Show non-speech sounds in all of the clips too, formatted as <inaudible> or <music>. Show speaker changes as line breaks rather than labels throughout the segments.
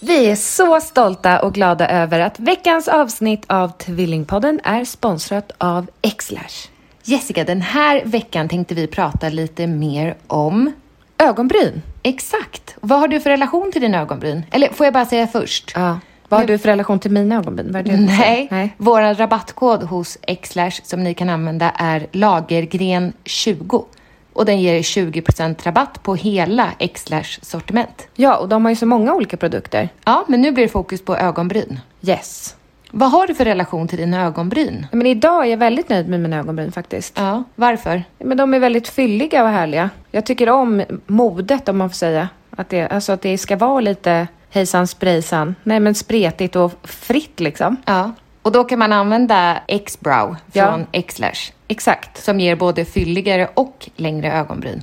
Vi är så stolta och glada över att veckans avsnitt av Tvillingpodden är sponsrat av Xlash. Jessica, den här veckan tänkte vi prata lite mer om ögonbryn.
Exakt.
Vad har du för relation till dina ögonbryn? Eller får jag bara säga först?
Ja. Vad har du för relation till mina ögonbryn? Vad är det du säger?
Nej. Vår rabattkod hos Xlash som ni kan använda är lagergren20 och den ger er 20% rabatt på hela Xlash sortiment.
Ja, och de har ju så många olika produkter.
Ja, men nu blir det fokus på ögonbryn.
Yes.
Vad har du för relation till dina ögonbryn?
Men idag är jag väldigt nöjd med mina ögonbryn faktiskt.
Ja, varför?
Men de är väldigt fylliga och härliga. Jag tycker om modet om man får säga. Att det, alltså att det ska vara lite hejsan sprejsan. Nej men spretigt och fritt liksom.
Ja. Och då kan man använda X-brow
Ja.
från Xlash
Exakt. Mm.
som ger både fylligare och längre ögonbryn.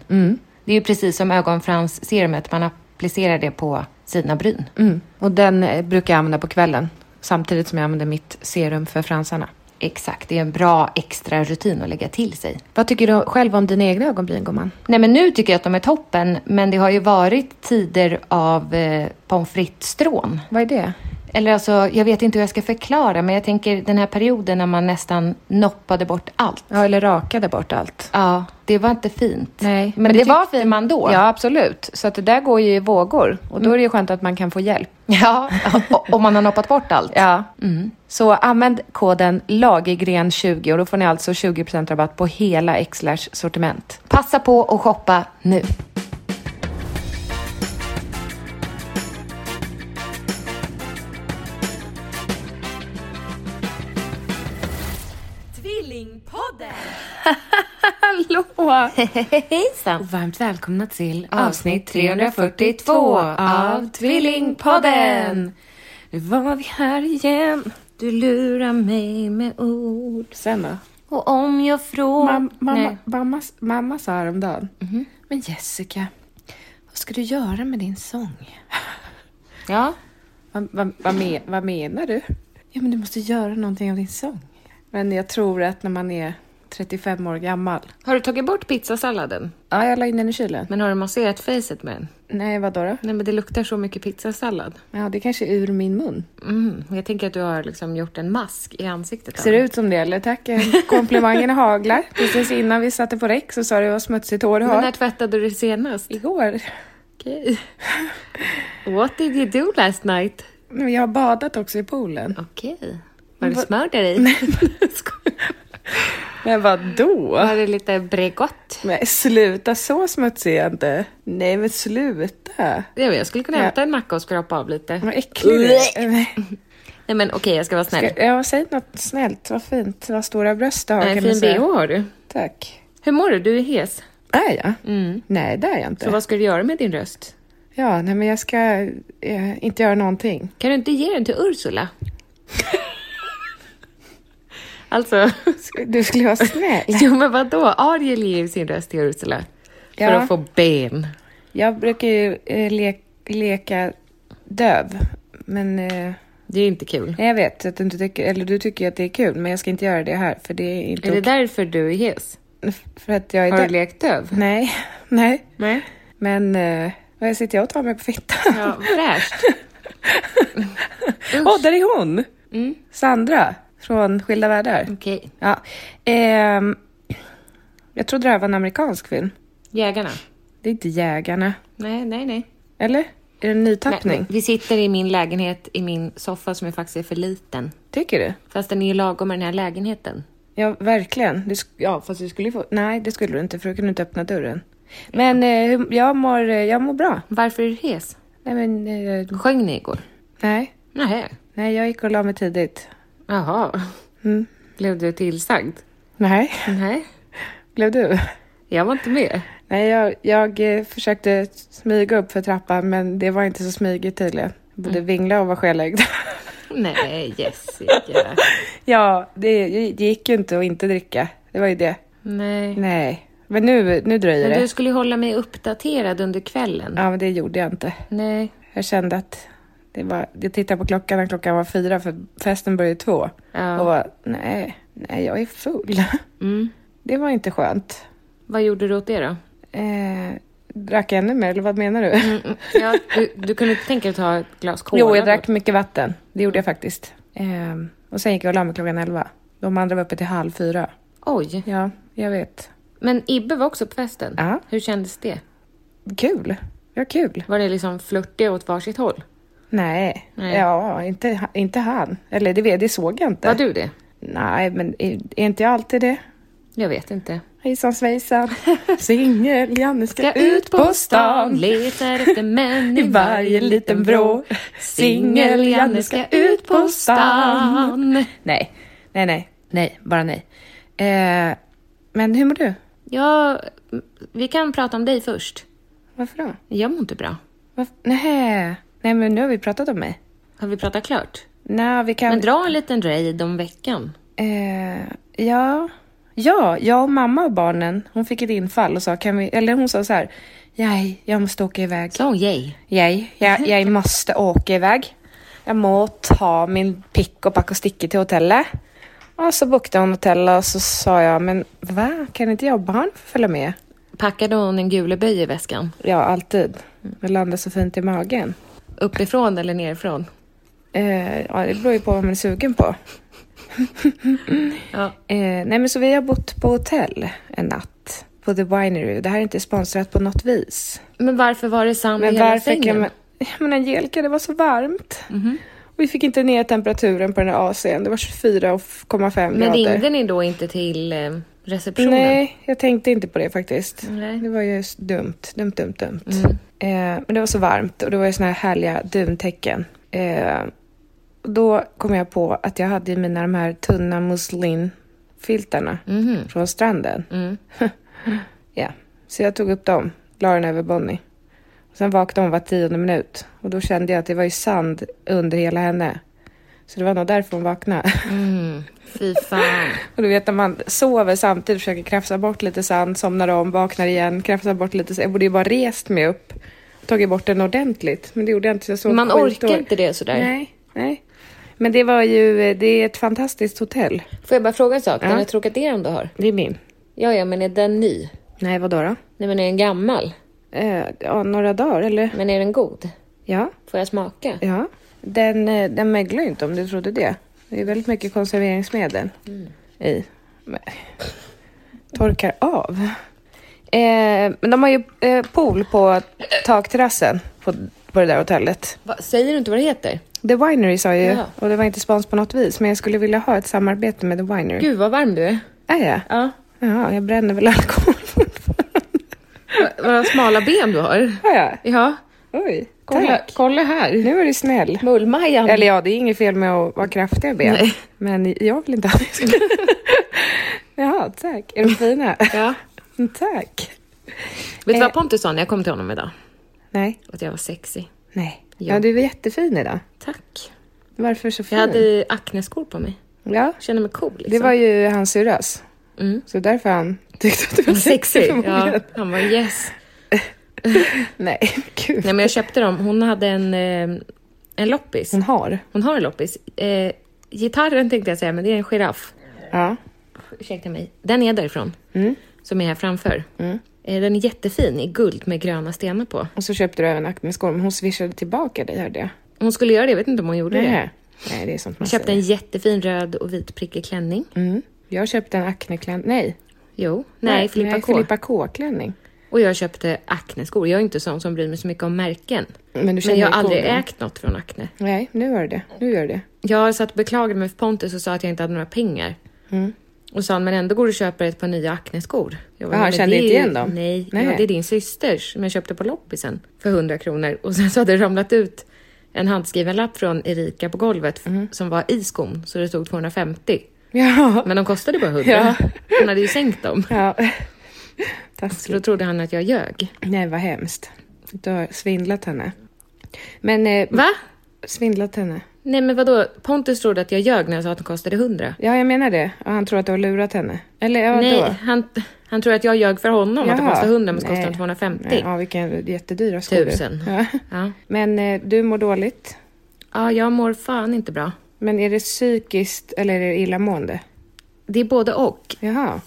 Det är ju precis som ögonfransserumet, man applicerar det på sina bryn.
Mm. Och den eh, brukar jag använda på kvällen. Samtidigt som jag använder mitt serum för fransarna.
Exakt, det är en bra extra rutin att lägga till sig.
Vad tycker du själv om dina egna ögonbryn gumman?
Nej men nu tycker jag att de är toppen, men det har ju varit tider av eh, pommes frites-strån.
Vad är det?
Eller alltså, jag vet inte hur jag ska förklara, men jag tänker den här perioden när man nästan noppade bort allt.
Ja, eller rakade bort allt.
Ja, det var inte fint.
Nej,
men,
men
det,
det
var
tyckte
fint man då.
<laughs>
Ja, absolut. Så att det där går ju i vågor. Och då är det ju skönt att man kan få hjälp.
ja. och- och man har noppat bort allt.
Ja. Så använd koden LAGERGREN20 och då får ni alltså 20% rabatt på hela Xlash sortiment.
Passa på och shoppa nu.
Hallå!
Hejsan!
Och varmt välkomna till
avsnitt 342 av Tvillingpodden.
Nu var vi här igen.
Du lurar mig med ord.
Sen då?
Och om jag frågar... Mhm.
Mam, mamma, mamma, mamma sa häromdagen. Men Jessica, vad ska du göra med din sång? <laughs>
Ja.
Vad, vad, vad, me, vad menar du? Ja, men du måste göra någonting av din sång. Men jag tror att när man är 35 år gammal.
Har du tagit bort pizzasalladen?
Ja, jag la in den i kylen.
Men har du masserat facet med den?
Nej, vad då?
Nej, men det luktar så mycket pizzasallad.
Ja, det kanske är ur min mun.
Mm. Jag tänker att du har liksom gjort en mask i ansiktet.
Ser det ut som det eller? Tack. Komplimangerna haglar. Precis innan vi satte på räck så sa du vad smutsigt hår du
Men
har.
när tvättade du det senast?
Igår.
Okej. What did you do last night?
Men jag har badat också i poolen. <laughs>
Okej. Var det smör där i?
Men vadå?
<laughs> Var det lite Bregott?
Men sluta, så smutsig är jag inte. Nej, men sluta.
Ja, men Jag skulle kunna
Ja.
hämta en macka och skrapa av lite.
Vad äcklig du är.
Nej men okej, jag ska vara snäll.
Ska- Ja, säg något snällt. Vad fint. Vad stora bröst du har
Nej,
kan du
Eh, fin
säga.
bh har du.
Tack.
Hur mår du? Du är hes.
Är jag? Nej, det är jag inte.
Mm. Så vad ska du göra med din röst?
Ja, nej men jag ska eh, inte göra någonting.
Kan du inte ge den till
<laughs>
Ursula? alltså, <laughs>
Du skulle vara snäll.
jo men vadå? Ariel ger ju sin röst till Ursula. <laughs> För
Ja.
att få ben.
Jag brukar ju eh, le- leka döv. Men eh,
Det är inte kul.
jag vet att du inte tycker, eller du tycker att det är kul, men jag ska inte göra det här för det är inte
Är det
okej.
därför du är hes?
För att jag är
Har du
döv.
lekt döv?
Nej, <laughs> nej.
Nej.
Men eh, vad sitter jag och tar mig på fittan?
Ja, fräscht.
Åh, där är hon!
Mm.
Sandra från Skilda Världar.
Okej.
Ja. Ehm, jag trodde det här var en amerikansk film.
Jägarna?
Det är inte Jägarna.
Nej, nej, nej.
Eller? Är det en ny tappning?
Vi sitter i min lägenhet i min soffa som ju faktiskt är för liten.
Tycker du?
Fast den är ju lagom med den här lägenheten.
Ja, verkligen. Det sk- ja, fast du skulle ju få... Nej, det skulle du inte för du kunde inte öppna dörren. Men eh, hur- jag, mår, eh, jag mår bra.
Varför är du hes?
Nej, men... Eh,
Sjöng ni igår?
nej.
Nej.
Nej, jag gick och la mig tidigt.
Jaha. Mm. Blev du tillsagd?
Nej.
Nej.
Blev du?
Jag var inte med.
Nej, jag, jag eh, försökte smyga upp för trappan men det var inte så smygigt tydligen. Jag
Mm.
Både vingla och vara
<laughs>
skelögd.
Nej, Jessica.
ja, det, det gick ju inte att inte dricka. Det var ju det.
Nej.
Nej. Men nu, nu dröjer
Men du
det.
skulle ju hålla mig uppdaterad under kvällen.
Ja, men det gjorde jag inte.
Nej.
Jag kände att det var, jag tittade på klockan när klockan var fyra för festen började två.
Ja. Mm.
Och var, nej, nej, jag är full. Det var inte skönt.
Vad gjorde du åt det då?
Eh, drack jag ännu mer, eller vad menar du?
Mm, Ja, du, du kunde inte tänka dig att ta ett glas cola?
<laughs> Jo, jag
då?
drack mycket vatten. Det gjorde jag faktiskt. Ehm, och sen gick jag och la mig klockan elva. De andra var uppe till halv fyra.
Oj.
Ja, jag vet.
Men Ibbe var också på festen.
Ja.
Hur kändes det?
Kul. Ja, kul.
Var det liksom flörtiga åt varsitt håll?
Nej.
Nej.
Ja, inte, inte han. Eller det, vet- det såg jag inte.
Var du det?
Nej, men är, är inte jag alltid det?
Jag vet inte.
Hejsan svejsan, <laughs> singel, Janne ska,
Ska ut på stan, letar efter män <laughs> i varje liten vrå. Singel Janne ska ut på stan.
Nej, nej, nej, nej, bara nej. Eh, men hur mår du?
Ja, vi kan prata om dig först.
Varför då?
Jag mår inte bra.
Varför? Nej. nej, men nu har vi pratat om mig.
Har vi pratat klart?
Nej, vi kan...
Men dra en liten raid om veckan.
Eh, ja. ja, jag och mamma och barnen, hon fick ett infall och sa, kan vi... eller hon sa så här, nej, jag måste åka iväg.
Sa hon yay?
Nej, jag, jag måste åka iväg. Jag må ta min pick och pack och sticka till hotellet. Och så bokade hon hotellet och så sa jag, men va? Kan inte jag och barn få följa med?
Packade hon en guleböj i väskan?
Ja, alltid. Det landar så fint i magen.
Uppifrån eller nerifrån?
Eh, ja, det beror ju på vad man är sugen på.
Ja.
Eh, nej, men så vi har bott på hotell en natt. På The Winery. Det här är inte sponsrat på något vis.
Men varför var det sand i
Men
hela
varför kan
sängen? Mhm.
man... Ja, Men Angelica, det var så varmt. Och vi fick inte ner temperaturen på den här AC'n. Det var 24,5
Men
grader.
ringde ni då inte till eh, receptionen?
Nej, jag tänkte inte på det faktiskt.
Nej.
Det var ju s- dumt, dumt, dumt, dumt. Eh, men det var så varmt och det var ju såna här härliga duntäcken. Eh, och då kom jag på att jag hade i mina de här tunna muslinfiltarna från stranden. <laughs> ja, så jag tog upp dem, la den över Bonnie. Och sen vaknade hon var tionde minut och då kände jag att det var ju sand under hela henne. Så det var nog därför hon vaknade. <laughs>
Fy fan.
Och du vet när man sover samtidigt, försöker krafsa bort lite sand, somnar om, vaknar igen, krafsar bort lite sand. Jag borde ju bara rest mig upp, tagit bort den ordentligt. Men det gjorde jag inte. så Jag sov
Man
skitdåligt.
orkar inte det sådär.
Nej, nej. Men det var ju, det är ett fantastiskt hotell.
Får jag bara fråga en sak? Den
Ja.
här trokaderen du har?
Det är min.
Ja, ja, men är den ny?
Nej, vadå då?
Nej, men är den gammal?
Eh, ja, några dagar eller?
Men är den god?
Ja,
Får jag smaka?
ja. Den, eh, den möglar ju inte om du trodde det. Det är väldigt mycket konserveringsmedel
Mm.
i. Men, torkar av. Eh, men de har ju eh, pool på takterrassen på, på det där hotellet.
Va, säger du inte vad det heter?
The Winery sa jag ju,
Jaha.
och det var inte spons på något vis, men jag skulle vilja ha ett samarbete med The Winery.
Gud, vad varm du är.
Är jag?
Ja.
Ja, jag bränner väl alkohol fortfarande.
Va- Vad smala ben du har.
Har jag?
Ja.
Oj,
Kolla,
tack.
kolla här.
Nu är du snäll.
Mullmajan.
Eller ja, det är inget fel med att vara kraftiga ben.
Nej.
Men jag vill inte ha
<laughs>
det. Jaha, tack. Är de fina? <laughs>
Ja.
Tack.
Vet du
Eh.
vad Pontus sa när jag kom till honom idag?
Nej,
Att jag var sexig.
nej.
Ja.
Ja, du var jättefin idag.
Tack.
Varför så fin?
Jag hade akneskor på mig.
Ja,
Känner mig cool liksom.
det var ju hans syrras.
Mm.
Så därför han tyckte att du var sexig
<laughs> sexig.
förmodligen.
Ja, han var yes.
<laughs> Nej, gud.
Nej men jag köpte dem. Hon hade en, eh, en loppis.
Hon har.
Hon har en loppis. Eh, gitarren tänkte jag säga, men det är en giraff.
Ja.
Ursäkta mig. Den är därifrån.
Mm.
Som är här framför. Eh, den är jättefin i guld med gröna stenar på.
Och så köpte du även Acne-skor, men hon swishade tillbaka dig, hörde jag.
Hon skulle göra det, jag vet inte om hon gjorde det.
Nej. Nej, det Mm. är sånt man
Jag köpte en
säger.
jättefin röd och vit prickig klänning.
Mm. Jag köpte en Acne-klänning. Nej.
Jo, nej, Filippa K.
Filippa K-klänning.
Och jag köpte Acne-skor. Jag är inte sån som bryr mig så mycket om märken.
Men Mm, du känner
Men jag har
dig cool
aldrig
då?
ägt något från Acne.
Nej, nu gör du det. Nu gör
<laughs>
du det.
Jag satt och beklagade mig för Pontus och sa att jag inte hade några pengar.
Mm.
Och sa han, men ändå går du och köper ett par nya Acne-skor. Jag bara,
Jaha,
"Men
kände
det är
inte
ju-
igen dem?
Nej,
Nej.
Ja, det är din systers som jag köpte på loppisen för 100 kronor. Och sen så hade det ramlat ut en handskriven lapp från Erika på golvet f-
Mm.
som var i skon, så det stod 250.
Ja.
Men de kostade bara 100.
Ja.
Han hade ju sänkt dem.
ja. <laughs>
Så då
Taskigt.
trodde han att jag ljög.
Nej, vad hemskt. Du har svindlat henne. Men... Eh,
Va?
Svindlat henne.
Nej men vadå? Pontus trodde att jag ljög när jag sa att de kostade 100.
Ja, jag menar det. Och han tror att du har lurat henne. Eller ja,
Nej,
då?
han, han tror att jag ljög för honom att de
Jaha.
kostade 100 men så
Nej.
kostade de 250.
Nej, Ja, vilken jättedyra skor. du-
Tusen.
Ja.
Ja.
Men eh, du mår dåligt.
ja, jag mår fan inte bra.
Men är det psykiskt eller är det illamående?
Det är både och.
Jaha.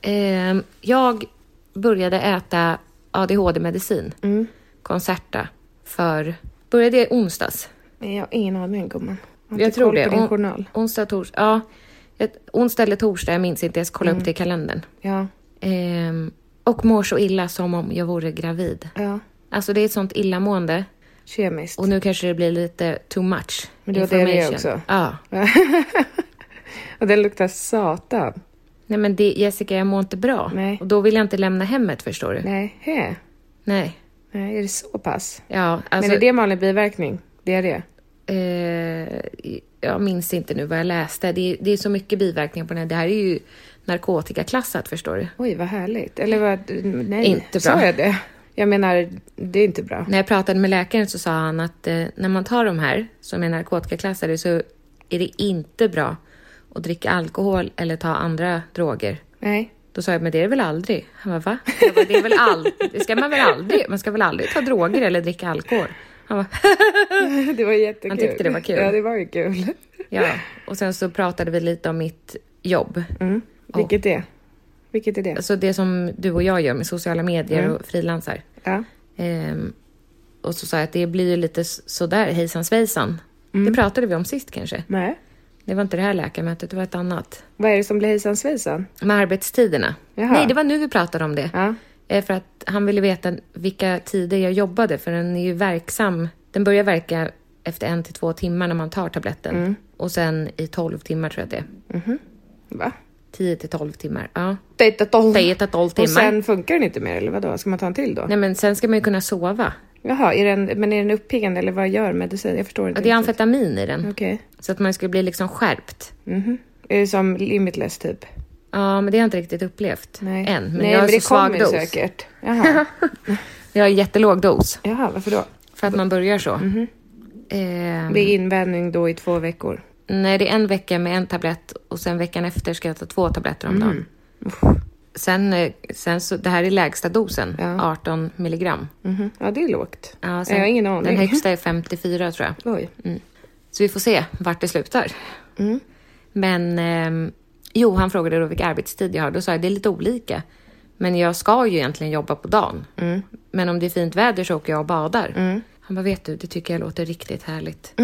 Ehm, jag började äta ADHD-medicin,
Mm.
Concerta, för... Började i onsdags.
Nej, jag har ingen aning gumman. har
Jag
inte
tror
koll
det.
på din
On-
journal.
Onsdag, torsdag. Ja. Ett, onsdag eller torsdag, jag minns inte. Jag ska kolla
Mm.
upp det i kalendern.
Ja,
Ehm, och mår så illa som om jag vore gravid.
ja.
Alltså det är ett sånt illamående.
Kemiskt.
Och nu kanske det blir lite too much.
Men du har diarré
information.
också.
Ja.
Och den luktar satan.
Nej men det, Jessica, jag mår inte bra.
Nej.
Och då vill jag inte lämna hemmet förstår du.
Nej, hä.
Nej.
Nej, är det så pass?
Ja, alltså,
Men är det vanlig biverkning? Det är det?
eh, jag minns inte nu vad jag läste. Det är, det är så mycket biverkningar på den här. Det här är ju narkotikaklassat förstår du.
Oj, vad härligt. Eller vad... Nej,
Inte bra.
sa jag det? Jag menar, det är inte bra.
När jag pratade med läkaren så sa han att eh, när man tar de här som är narkotikaklassade så är det inte bra att dricka alkohol eller ta andra droger.
Nej. <laughs>
Då sa jag, men det är det väl aldrig? Han bara, va? Jag bara, det, är väl all- det ska man väl aldrig? Man ska väl aldrig ta droger eller dricka alkohol? Han bara,
Det var jättekul.
Han tyckte det var kul.
Ja, det var
<laughs>
ju kul.
ja. Och sen så pratade vi lite om mitt jobb.
Mm. Vilket är? Vilket är det?
Alltså det som du och jag gör med sociala medier
Mm.
och frilansar.
Ja.
Ehm, och så sa jag att det blir ju lite s- sådär hejsan svejsan.
Mm.
Det pratade vi om sist kanske.
Nej.
Det var inte det här läkarmötet, det var ett annat.
Vad är det som blir hejsan svejsan?
Med arbetstiderna.
Jaha.
Nej, det var nu vi pratade om det.
Ja.
Eh, För att han ville veta vilka tider jag jobbade, för den är ju verksam. Den börjar verka efter en till två timmar när man tar tabletten.
Mm.
Och sen i tolv timmar tror jag det är.
Va?
Tio till tolv timmar. Ja.
Dejta tolv.
Tio till tolv timmar.
Och sen funkar den inte mer eller vadå? Ska man ta en till då?
Nej, men sen ska man ju kunna sova.
Jaha, är den, men är den uppiggande eller vad gör medicin? Jag förstår inte.
Ja, det är
riktigt. Mm.
amfetamin i den.
Okej.
Så att man ska bli liksom skärpt.
Är det som limitless typ?
Ja, men det har jag inte riktigt upplevt
Nej.
än. Men
Nej,
jag har
men
så
det
svag
kommer
dos. <laughs>
säkert. Jaha.
Jag har jättelåg dos.
Jaha, varför då?
För att man börjar så. Ehm,
Mm. Mm-hmm. Det är invänjning då i två veckor.
Nej, det är en vecka med en tablett och sen veckan efter ska jag ta två tabletter om
Mm.
dagen. Sen, eh, sen så, det här är lägsta dosen, 18 milligram.
Mhm. Ja, det är lågt.
Ja, sen,
jag har ingen aning.
Den högsta är 54 tror jag.
<laughs> Oj.
Så vi får se vart det slutar. Men ehm, jo, han frågade då vilken arbetstid jag har. Då sa jag det är lite olika. Men jag ska ju egentligen jobba på dagen. Men om det är fint väder så åker jag och badar. Han bara, vet du, det tycker jag låter riktigt härligt.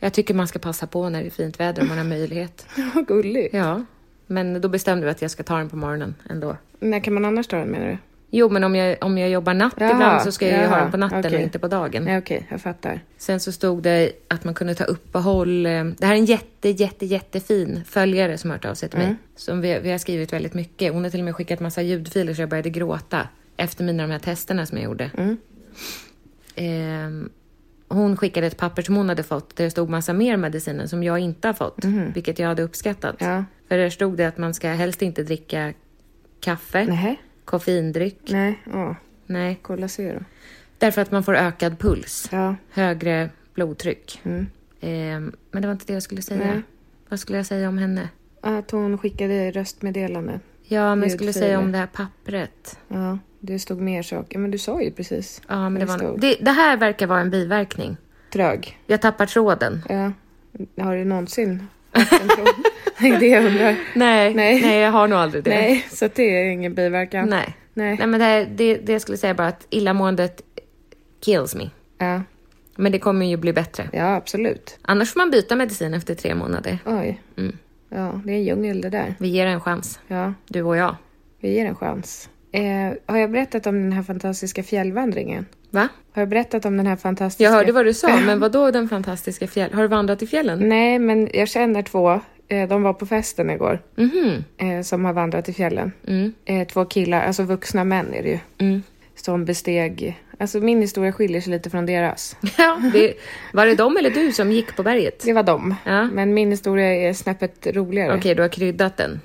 Jag tycker man ska passa på när det är fint väder om man har möjlighet.
Vad gulligt.
Ja, men då bestämde vi att jag ska ta den på morgonen ändå.
När kan man annars ta den menar
Mm.
du?
Jo, men om jag, om jag jobbar natt
Jaha,
ibland så ska jag ju ha
jaha,
den på natten och
okej.
inte på dagen.
Nej, okej, jag fattar.
Sen så stod det att man kunde ta uppehåll. eh, Det här är en jätte, jätte, jättefin följare som har hört av sig till
Mm.
mig. Som vi, vi har skrivit väldigt mycket. Hon har till och med skickat massa ljudfiler så jag började gråta efter mina de här testerna som jag gjorde.
Mm.
Ehm, hon skickade ett papper som hon hade fått där det stod massa mer mediciner som jag inte har fått, vilket jag hade uppskattat.
Mm. Ja.
För där stod det att man ska helst inte dricka kaffe,
Nej.
koffeindryck,
Nej, ja.
nej,
Kolla se då.
därför att man får ökad puls
Ja.
högre blodtryck. Ehm, men det var inte det jag skulle säga.
Mm. Nej.
Vad skulle jag säga om henne?
Att hon skickade röstmeddelande.
Ja, men jag skulle
Ljudfiler.
säga om det här pappret.
Ja, det stod mer saker. Men du sa ju precis.
Ja, men det, var en,
stod
det, det här verkar vara en biverkning.
Trög.
Jag tappar tråden.
Ja. Har
<laughs>
du någonsin haft en tråd? Det är <laughs> det jag undrar.
Nej, nej,
Nej.
jag har nog aldrig det.
Nej, så det är ingen biverkan.
Nej.
Nej.
Nej, men det, här, det, det jag skulle säga bara att illamåendet kills me.
Ja.
Men det kommer ju bli bättre.
ja, absolut.
Annars får man byta medicin efter tre månader.
Oj.
Mm.
Ja, det är en djungel det där.
Vi ger en chans,
Ja,
du och jag.
vi ger en chans. Eh, Eh, har jag berättat om den här fantastiska fjällvandringen?
Va?
Har jag berättat om den här fantastiska...
Jag hörde vad du
<clears throat>
sa, men vad då den fantastiska fjäll... Har du vandrat i fjällen?
Nej, men jag känner två. Eh, De var på festen igår.
Mhm. Mm.
eh, Som har vandrat i fjällen. Eh, Två killar, alltså vuxna män är det ju. Som besteg... Alltså min historia skiljer sig lite från deras. <laughs>
Ja, det... Var det de eller du som gick på berget?
Det var dem.
Ja.
Men min historia är snäppet roligare.
Okej, du har kryddat den.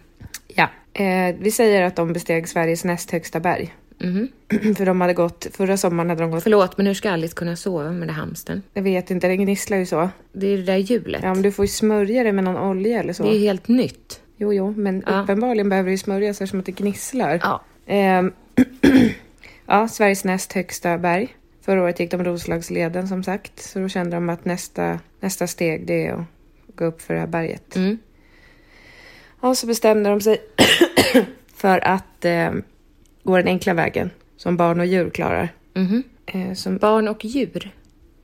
Ja. Eh, vi säger att de besteg Sveriges näst högsta berg.
Mhm.
<clears throat> För de hade gått, förra sommaren hade de gått,
Förlåt, men hur ska Alice kunna sova med den här hamsten?
jag vet inte, det gnisslar ju så.
Det är det där hjulet.
Ja men du får ju smörja det med någon olja eller så.
Det är ju helt nytt.
Jo jo, men uppenbarligen behöver det ju smörjas eftersom att det gnisslar.
Ja.
Ehm, <clears throat> ja, Sveriges näst högsta berg. Förra året gick de Roslagsleden som sagt, så då kände de att nästa, nästa steg det är att gå upp för det här berget.
Mm.
Och så bestämde de sig <clears throat> för att eh, gå den enkla vägen som barn och djur klarar. Eh, som
mhm. Barn och djur.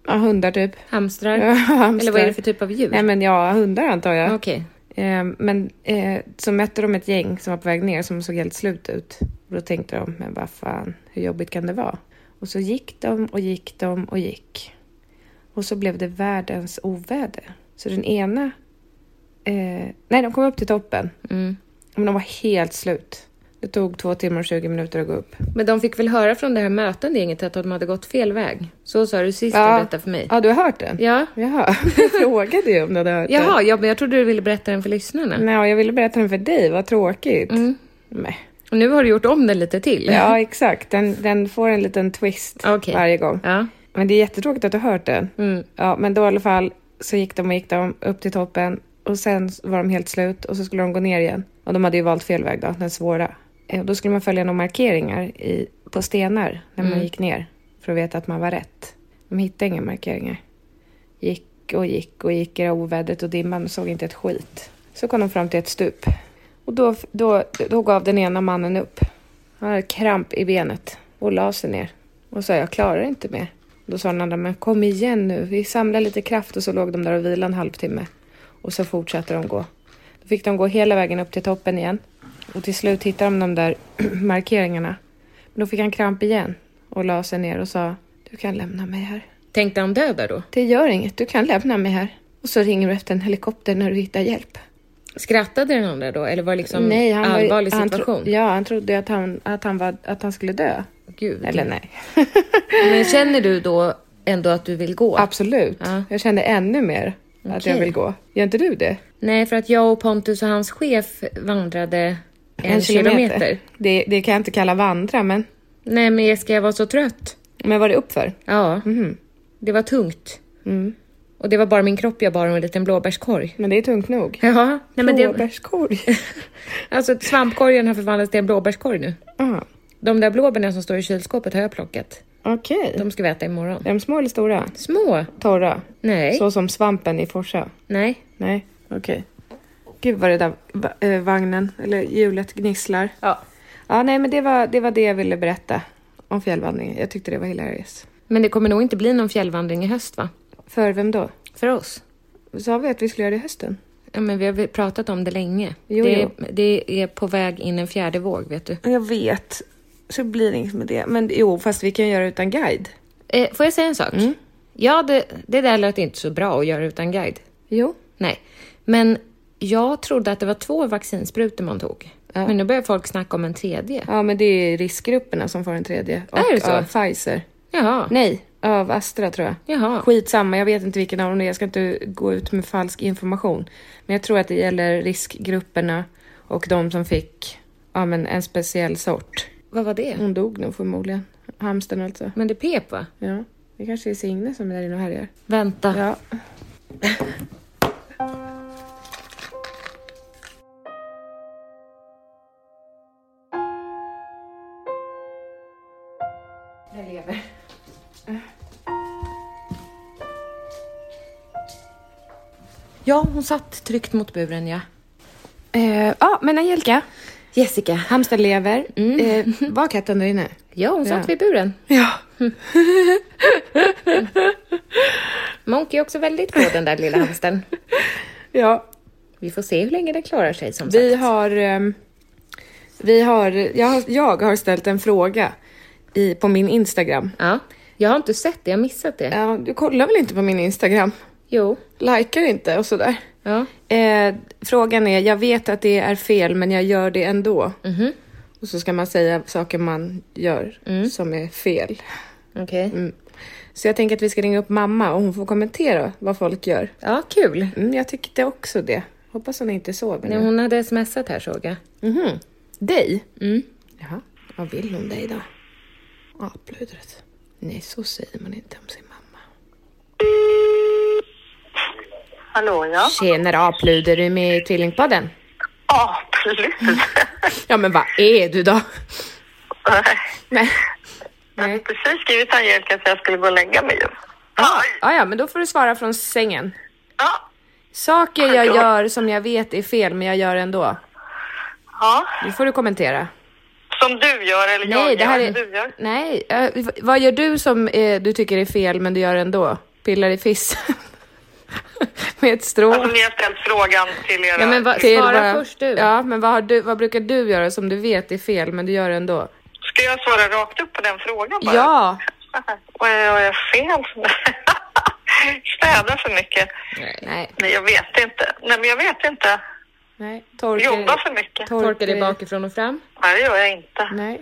ja, hundar typ.
Hamstrar.
hamstrar.
<laughs> Eller vad är det för typ av djur?
Nej men ja, hundar antar jag.
Okej.
Eh, men eh, så mötte de ett gäng som var på väg ner som såg helt slut ut. Och då tänkte de, men vad fan, hur jobbigt kan det vara? Och så gick de och gick de och gick. Och så blev det världens oväder. Så den ena... Eh, nej, de kom upp till toppen.
Mm.
Men de var helt slut. Det tog två timmar och 20 minuter att gå upp.
Men de fick väl höra från det här mötande gänget att de hade gått fel väg? Så sa du sist du berättade för mig.
Ja, du har hört den?
Ja.
Jaha, <laughs> jag frågade ju om du hade hört den.
Jaha, ja, men jag trodde du ville berätta den för lyssnarna.
Nej, jag ville berätta den för dig, vad tråkigt. Nej.
Och nu har du gjort om den lite till.
Ja, exakt. Den, den får en liten twist
Okej.
varje gång.
Ja.
Men det är jättetråkigt att du har hört den. Ja, men då i alla fall så gick de och gick de upp till toppen och sen var de helt slut och så skulle de gå ner igen. Och de hade ju valt fel väg då, den svåra. Eh, och Då skulle man följa några markeringar i, på stenar när man gick ner för att veta att man var rätt. De hittade inga markeringar. Gick och gick och gick i det här ovädret och dimman och såg inte ett skit. Så kom de fram till ett stup. Och då, då, då gav den ena mannen upp. Han hade kramp i benet och la sig ner. Och sa jag klarar inte mer. Då sa den andra men kom igen nu, vi samlar lite kraft och så låg de där och vilade en halvtimme. Och så fortsatte de gå. Då fick de gå hela vägen upp till toppen igen. Och till slut hittade de de där <clears throat> markeringarna. Men då fick han kramp igen och la sig ner och sa du kan lämna mig här.
Tänkte han dö där då?
Det gör inget, du kan lämna mig här. Och så ringer du efter en helikopter när du hittar hjälp.
Skrattade den andra då? Eller var det liksom
Nej, han var ju-
allvarlig
han tro-
situation?
ja, han trodde ju att han, att, han var, att han skulle dö.
Gud.
Eller nej.
Men känner du då ändå att du vill gå?
<laughs> Absolut.
Ja.
Jag kände ännu mer att jag
Okej.
vill gå. Gör inte du det?
Nej, för att jag och Pontus och hans chef vandrade en, kilometer.
Det, det kan jag inte kalla vandra, men,
Nej, men ska jag vara så trött?
men var det uppför?
Ja.
Mhm.
Det var tungt.
Mm.
Och det var bara min kropp jag bar och en liten blåbärskorg.
Men det är tungt nog.
Ja, nej men det... <laughs>
Blåbärskorg.
Alltså svampkorgen har förvandlats till en blåbärskorg nu.
Ja.
De där blåbärna som står i kylskåpet har jag plockat.
Okej.
De ska vi äta imorgon.
Är de små eller stora?
Små?
Torra?
Nej.
Så som svampen i Forsa?
Nej.
Nej, okej. Gud vad det där va- eh, vagnen, eller hjulet gnisslar. Ja. Ja, nej men det var, det var det jag ville berätta om fjällvandringen. Jag tyckte det var hilarious.
Men det kommer nog inte bli någon fjällvandring i höst, va?
För vem då?
För oss?
Sa vi att vi skulle göra det i hösten?
Ja, men vi har väl pratat om det länge.
Jo,
det,
jo.
det är på väg in en fjärde våg, vet du.
Jag vet. Så blir det inget med det. Men jo, fast vi kan göra det utan guide.
Eh, får jag säga en sak? Ja, det, det där lät inte så bra att göra utan guide.
Jo.
Nej, men jag trodde att det var två vaccinsprutor man tog. Men nu börjar folk snacka om en tredje.
Ja, men det är riskgrupperna som får den tredje. Och
Är det så?
av Pfizer.
Jaha.
Nej, av Astra tror jag.
Jaha.
Skitsamma, jag vet inte vilken av dem det är. Jag ska inte gå ut med falsk information. Men jag tror att det gäller riskgrupperna och de som fick ja, men en speciell sort.
Vad var det?
Hon dog nog förmodligen. Hamstern alltså.
Men det pep, va?
Ja, det kanske är Signe som är där inne och härjar.
Vänta.
Ja. Jag lever.
Ja, hon satt tryckt mot buren, ja.
Eh, ja, men Angelica.
Jessica.
Hamster lever. <laughs> Eh, var katten där inne?
Ja, hon satt
Ja.
vid buren.
Ja.
<laughs> Monkey är också väldigt på den där lilla hamstern.
ja.
Vi får se hur länge den klarar sig, som
Vi
sagt.
har ehm, Vi har, jag, har- jag har ställt en fråga i, på min Instagram.
Ja. Jag har inte sett det, jag har missat det.
Ja, du kollar väl inte på min Instagram?
Jo.
Likar inte och sådär.
Ja.
Eh, frågan är, jag vet att det är fel men jag gör det ändå. Och så ska man säga saker man gör som är fel.
Okej.
Mm. Så jag tänker att vi ska ringa upp mamma och hon får kommentera vad folk gör.
Ja, kul.
Mm, jag tyckte också det. Hoppas hon inte sover
Nej,
nu.
hon hade smsat här såg jag.
Mhm. Dig? Mm. Jaha, vad vill hon dig då? Apludret. Nej, så säger man inte om sin mamma.
Hallå ja.
Tjenare apluder, du är med i Tvillingpodden?
Aplud.
Ja, men vad är du då? Nej.
Jag hade <laughs> precis skrivit till Angelica så jag skulle gå och lägga mig ju.
Ja, Ah, ja, ja, men då får du svara från sängen.
Ja.
Saker jag gör som jag vet är fel, men jag gör ändå.
ja.
Nu får du kommentera.
Som du gör eller jag
Nej, det här
gör. Du
är...
gör.
Nej, eh, v- vad gör du som eh, du tycker är fel, men du gör ändå? Pillar i fissen. <laughs> Med ett strå.
Alltså ni har ställt frågan till era...
Ja, men vad-
Till
Svara först du.
Ja, men vad, har du, vad brukar du göra som du vet är fel, men du gör ändå?
Ska jag svara rakt upp på den frågan bara? <laughs>
Ja!
Vad gör jag fel? <laughs> Städa för mycket?
Nej.
Nej, jag vet inte. Nej, men jag vet inte.
Nej. Torkar
Jobba för mycket?
Torka dig bakifrån och fram.
Nej, det gör jag inte.
Nej.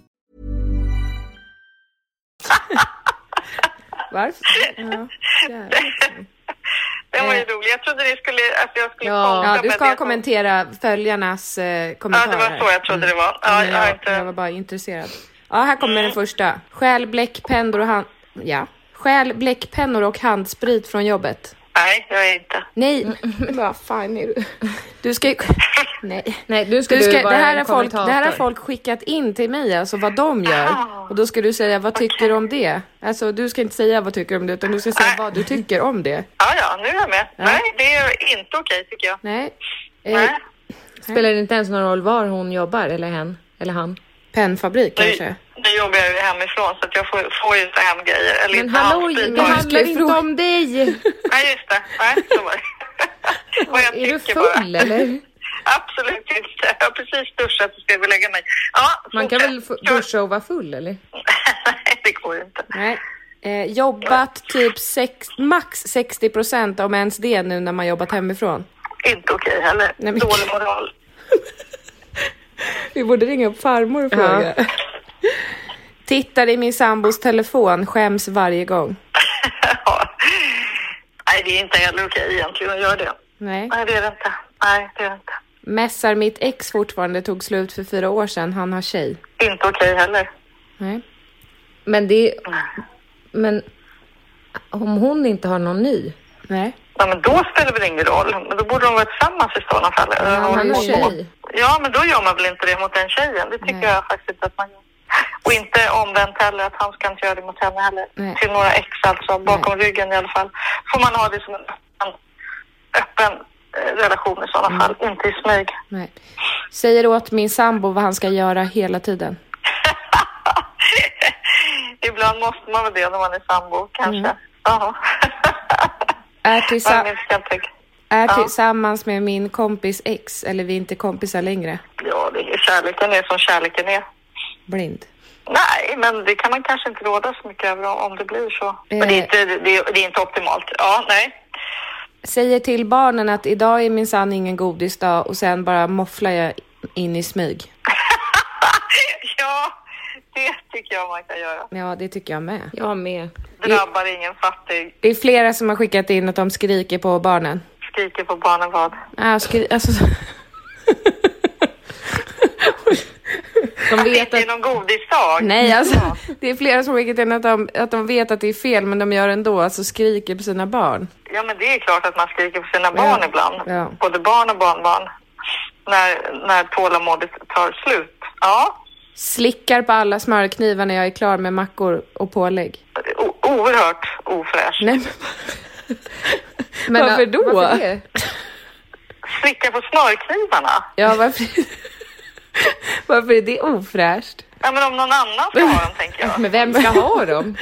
<laughs>
Varför? Ja, jävlar.
Den var ju rolig. Jag trodde ni skulle... Alltså jag skulle
Ja,
kontra
Eh. ja, du
med
ska
det som-
kommenterera följarnas eh,
Ja,
kommentarer.
det var så jag trodde det var. Ja, jag har
jag,
inte...
jag var bara intresserad. Ja, här kommer den första. Stjäl bläckpennor och hand... Ja. Stjäl bläckpennor och handsprit från jobbet.
Nej, jag är inte.
Mm,
Nej, vad fan är
<laughs>
du? Du ska ju... Nej.
Nej, du
Du
skulle
ska, det,
vara
här
en
har folk, det här har
kommentator.
folk skickat in till mig, alltså vad de gör. Och då ska du säga, vad tycker du om det? Alltså du ska inte säga vad tycker du om det, utan du ska säga
Nej.
vad du tycker om det.
Ja, ja, nu är jag med. Nej, det är inte okej tycker jag.
Nej. Eh,
Nej.
Spelar det inte ens någon roll var hon jobbar eller hen eller han?
pennfabrik kanske?
Nu, nu jobbar jag ju hemifrån så att jag får, får ju ta hem grejer. Eller
Men
inte
hallå,
alls
det
bidrag.
handlar inte om
<laughs>
dig!
Nej, just det. Nej, så var det.
<laughs>
Vad jag
Är du
tycker
full
bara.
eller?
Absolut inte. Jag har precis duschat och ska gå och lägga mig. Ja,
Man kan
fortsätt.
väl f- duscha och vara full eller?
<laughs> Nej, det går ju inte.
Nej. Eh, jobbat typ sex, max 60 procent om ens det nu när man jobbat hemifrån.
Inte okej heller.
Nej, men-
Dålig moral. <laughs>
Vi borde ringa upp farmor och fråga. Tittar i min sambos telefon, skäms varje gång.
Ja. Nej, det är inte heller okej egentligen att göra det.
Nej.
Nej, det är det inte. Nej, det är det inte.
Messar mitt ex fortfarande, tog slut för fyra år sedan, han har tjej.
Inte okej heller.
Nej.
Men det... Men om hon inte har någon ny?
Nej.
Ja, men då spelar det väl ingen roll. Men då borde de vara tillsammans i sådana fall.
Han
Håller
är
på-
tjej.
Ja, men då gör man väl inte det mot den tjejen. Det tycker jag faktiskt att man gör. Och inte omvänt heller, att han ska inte göra det mot henne heller.
Nej.
Till några ex alltså, bakom ryggen i alla fall. Får man ha det som en öppen, öppen eh, relation i sådana fall, inte i smyg. <laughs>
Nej. Säger åt min sambo vad han ska göra hela tiden.
Ibland måste man väl det när man är sambo kanske. Ja. <laughs>
Är,
Man
tillsa-
minns kanske.
är tillsammans med min kompis ex, eller vi är inte kompisar längre.
Ja, det är, kärleken är som kärleken är.
Blind.
Nej, men det kan man kanske inte råda så mycket över om det blir så. Men det är
Eh.
inte, det är, det är inte optimalt. Ja, nej. <laughs>
Säger till barnen att idag är minsann ingen godisdag och sen bara mofflar jag in i smyg.
ja, det tycker jag man kan göra.
Ja, det tycker jag med.
Jag med.
Drabbar ingen fattig,
Det är flera som har skickat in att de skriker på barnen.
skriker på barnen vad.
Ah, skri- alltså...
De vet
Inte
att...
i någon godisdag.
Nej, alltså, <laughs> det är flera som har skickat in att de, att de vet att det är fel, men de gör det ändå, alltså skriker på sina barn.
Ja, men det är klart att man skriker på sina barn
Ja,
ibland.
ja.
Både barn och barnbarn. När, när tålamodet tar slut. Ja,
Slickar på alla smörknivar när jag är klar med mackor och pålägg.
o- oerhört ofräscht.
Nej, men... men
Varför då?
Varför det?
Slicka på smörknivarna.
<laughs>
Ja, varför... varför är det ofräscht?
Ja, men om någon annan ska ha dem,
<laughs>
tänker jag.
Men vem ska ha dem?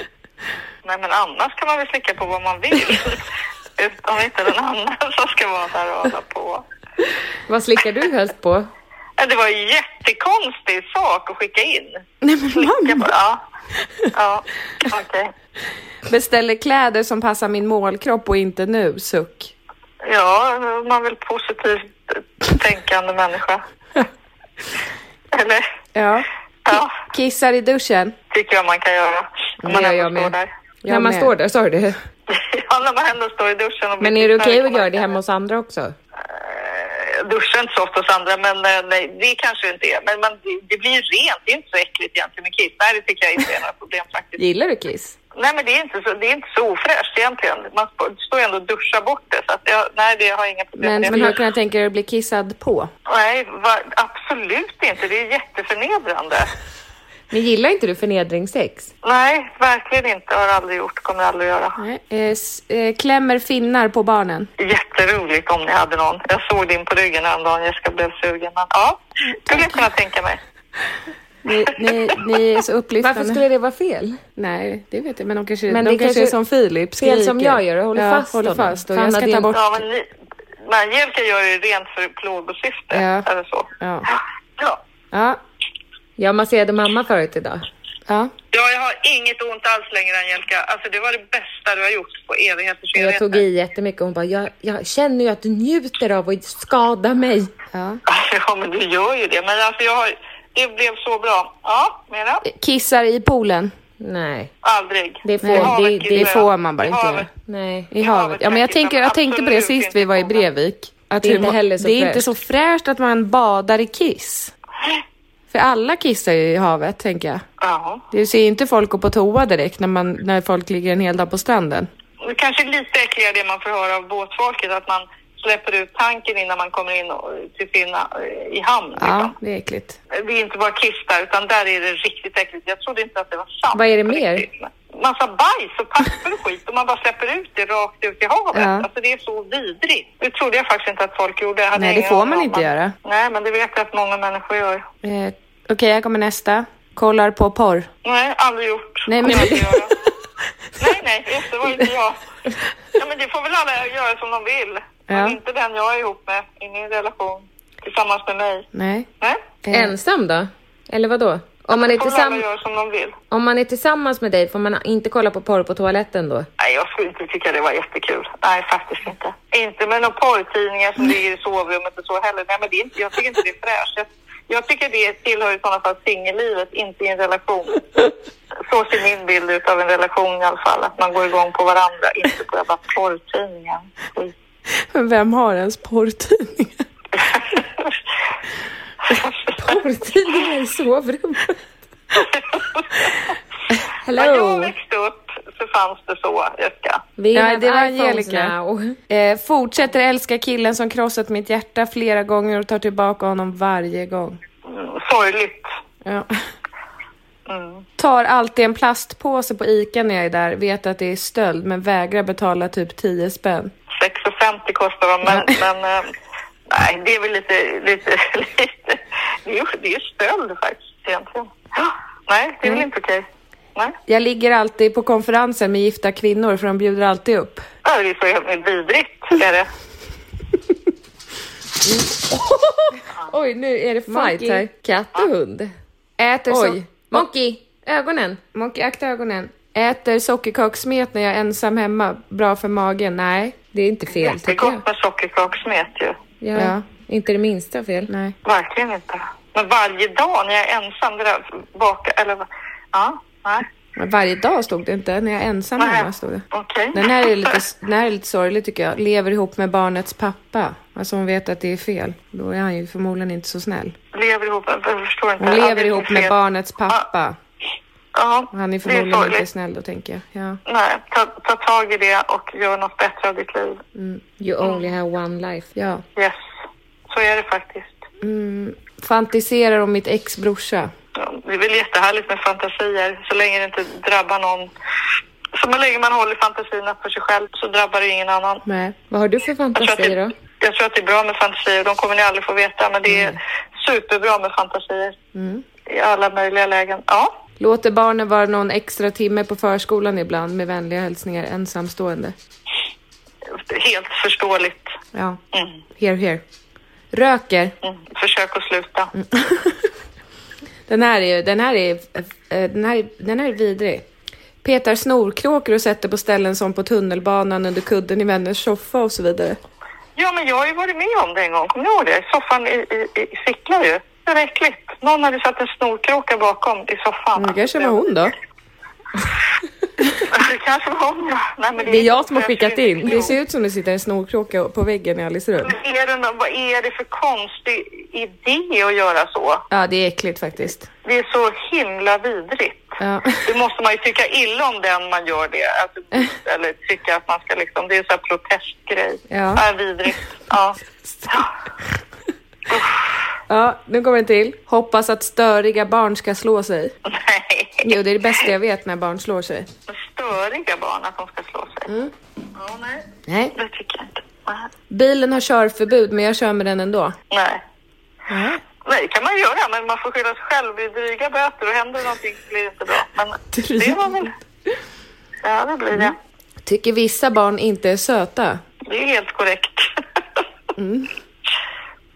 Nej, men annars kan man väl slicka på vad
<laughs>
man vill. Utom inte den annan <laughs> som ska vara där och hålla på.
Vad slickar du helst på?
Ja, Det var en jättekonstig sak att skicka in. Nej, men slicka på, Ja, ja okej.
Beställer kläder som passar min målkropp och inte nu, suck.
Ja, man är väl positivt
<laughs>
tänkande människa. Eller?
Ja.
Ja,
Kissar i duschen.
tycker jag man kan göra. Om man
Det gör
ändå
jag med.
står där. <laughs>
Jag
när man
med.
står där, sa du det?
Ja, när man ändå står i duschen. Och blir
Men är det
kissnödig
okej att
kan man
göra det
känna.
hemma hos andra också?
Eh, duschar inte så ofta hos andra, men eh, nej, det kanske inte är. Men man, det- det blir ju rent, det är inte så äckligt egentligen med kiss. Nej, det tycker jag inte är några problem faktiskt.
Gillar du kiss?
Nej, men det är inte så, det är inte så ofräscht egentligen. Man sp- står ju ändå och duschar bort det, så att jag, nej, det jag har inga problem
Men
med
skulle
det.
du kunna tänka dig att bli kissad på?
Nej, va, absolut inte. Det är jätteförnedrande.
Men gillar inte du förnedringssex?
Nej, verkligen inte. Har aldrig gjort, kommer aldrig göra.
Nej. Eh, s- eh, klämmer finnar på barnen.
Jätteroligt om ni hade någon. Jag såg din på ryggen häromdagen, Jessica blev sugen. Men ja, skulle jag kunna tänka mig.
Ni, ni, ni är så upplyftande.
Varför skulle det vara fel?
Nej, det vet jag. Men de kanske,
Men
de
det
kanske,
kanske
är som Filip, skriker.
fel som jag gör och håller fast
håller
honom.
fast. Och
Fan,
jag ska
det är
ta
en-
bort...
Ja, men ni, men Angelica gör ju rent för plågosyfte,
Ja.
eller så.
Ja.
Ja.
Ja,
Jag masserade mamma förut idag.
ja.
Ja, jag har inget ont alls längre, Angelica. Alltså, det var det bästa du har gjort på evigheters
Och jag
evigheter.
tog i jättemycket och hon bara, jag, jag känner ju att du njuter av att skada mig.
<laughs> Ja, men du gör ju det. Men alltså, jag har... Det blev så bra. Ja, mera?
Kissar i poolen.
Nej,
Aldrig.
Det får-
I havet
det- det
killar jag.
får man bara
I
inte
havet.
göra.
nej.
I havet. Ja, men jag, tänker, jag tänkte på det
Absolut
sist
inte
vi var i
coola.
Brevik. Att
Det är
hur
inte
man-
heller så
det är inte
fräscht.
så fräscht att man badar i kiss. För alla kissar ju i havet, tänker jag.
Ja.
Du ser ju inte folk gå på toa direkt när, man, när folk ligger en hel dag på stranden.
Det kanske är lite äckligare det man får höra av båtfolket, att man släpper ut tanken innan man kommer in och- till sin, eh, i hamn.
Ja,
Liksom.
det är äckligt.
Det är inte bara kiss där, utan där är det riktigt äckligt. Jag trodde inte att det var sant.
Vad är det
på
mer?
riktigt. Massa bajs och papper och skit och man bara släpper ut det rakt ut i havet.
Ja.
Alltså det är så vidrigt. Det trodde jag faktiskt inte att folk gjorde. Jag hade
Nej, det
ingen
får
aning
man
om,
inte
men-
göra.
Nej, men det vet jag att många människor gör.
Eh, Okej, här kommer nästa. Kollar på porr.
Nej, aldrig gjort.
Nej, men-
Kommer aldrig göra. nej, nej, just det var inte jag. Ja, men det får väl alla göra som de vill.
Ja.
Men inte den jag är ihop med i min relation tillsammans med mig.
Nej.
Nej,
Eh,
Ensam då? Eller vad då? Om man, är
det får väl alla
tillsamm-
göra som de vill.
om man är tillsammans med dig, får man inte kolla på porr på toaletten då?
Nej, jag skulle inte tycka det var jättekul. Nej, faktiskt inte. Inte med några porrtidningar som ligger i sovrummet och så heller. Nej, men det är inte, jag tycker inte det är fräscht. Jag, jag tycker det tillhör i sådana fall singellivet, inte i en relation. Så ser min bild ut av en relation i alla fall. Att man går igång på varandra, inte på jävla porrtidningar. Skit.
Vem har ens porrtidning?
Porrtidningar i sovrummet?
När jag
Hello!
växte upp så fanns det så, Jessica.
Vi
Ja,
have
det var
iPhones
Angelica.
now.
Eh, fortsätter älska killen som krossat mitt hjärta flera gånger och tar tillbaka honom varje gång.
Mm, Sorgligt.
Ja.
Tar alltid en plastpåse på Ica när jag är där, vet att det är stöld men vägrar betala typ 10 spänn.
6,50 kostar de, men, men eh, nej, det är väl lite, lite, <laughs> lite det är ju det är ju stöld faktiskt egentligen. Ja, Nej, det är väl inte okej. Nej,
Jag ligger alltid på konferenser med gifta kvinnor för de bjuder alltid upp.
Ja, det är så jävla vidrigt är det.
Oj, nu är det fight
Monkey.
här. Katt och hund.
Äter
Oj.
Monkey! Ögonen! Monkey, akta ögonen. Äter sockerkakssmet när jag är ensam hemma. Bra för magen. Nej.
Det är inte fel,
Det
tycker jag.
kostar sockerkakssmet ju.
Ja. Inte det minsta fel.
Nej.
Verkligen inte. Men varje dag när jag är ensam, det där baka, eller ja, nej.
Men varje dag stod det inte. När jag är ensam
Nej.
hemma stod det.
Okej.
Den här är
<laughs>
lite, den här är lite sorglig tycker jag. Lever ihop med barnets pappa. Alltså hon vet att det är fel. Då är han ju förmodligen inte så snäll.
Lever ihop, jag förstår inte.
Hon
Ja,
lever
det
ihop
finns
med
fel.
barnets pappa.
Ja,
Och han är
det är
förmodligen inte
sorgligt.
snäll då tänker jag. Ja.
Nej, ta, ta tag i det och gör något bättre av ditt liv.
You only have one life.
ja.
Yes, så är det faktiskt.
Fantiserar om mitt ex brorsa.
Ja, det är väl jättehärligt med fantasier så länge det inte drabbar någon. Så länge man håller fantasierna för sig själv så drabbar det ingen annan.
Nej.
Vad har du för
Jag tror, att
fantasier då?
det, jag tror att det är bra med fantasier. De kommer ni aldrig få veta, men det är
Mm.
superbra med fantasier. I alla möjliga lägen. Ja,
Låter barnen vara någon extra timme på förskolan ibland med vänliga hälsningar ensamstående.
helt förståeligt.
Ja. Here, here. Röker.
Mm. Försök att sluta.
Mm. Den här är, den här är, eh, den här är, den här är vidrig. Petar snorkråkor och sätter på ställen som på tunnelbanan, under kudden i vänners soffa och så vidare.
Ja, men jag har ju varit med om det en gång. Kommer ni ihåg det? I Soffan i, i, i Sickla ju. Det var äckligt. Någon hade satt en snorkråka bakom i soffan.
Men Mm, Det kanske var hon då?
Det kanske var hon, ja. Nej, men
Det är jag som har skickat in.
Det ser ut som det sitter en snorkråka på väggen i Alice rum.
Vad är det, nå- vad är det för konstig idé att göra så?
Ja, det är äckligt faktiskt.
Det är så himla vidrigt.
Ja.
Det måste man ju tycka illa om den man gör det. Alltså,
<laughs>
eller tycka att man ska liksom, det är en sån här protestgrej.
Ja.
vidrigt.
<laughs>
Ja.
Ja, nu kommer en till. Hoppas att störiga barn ska slå sig.
Nej.
Jo, det är det bästa jag vet när barn slår sig.
Störiga barn att de ska slå sig. Ja, nej.
Mm. Nej.
Det tycker jag inte. Nej.
Bilen har körförbud, men jag kör med den ändå.
Nej. Nej, det kan man göra, men man får skylla sig själv. Det är dryga böter och händer det någonting så blir det inte bra. Men det var väl... Ja, det blir
Mm.
det.
Tycker vissa barn inte är söta.
Det är helt korrekt. <laughs>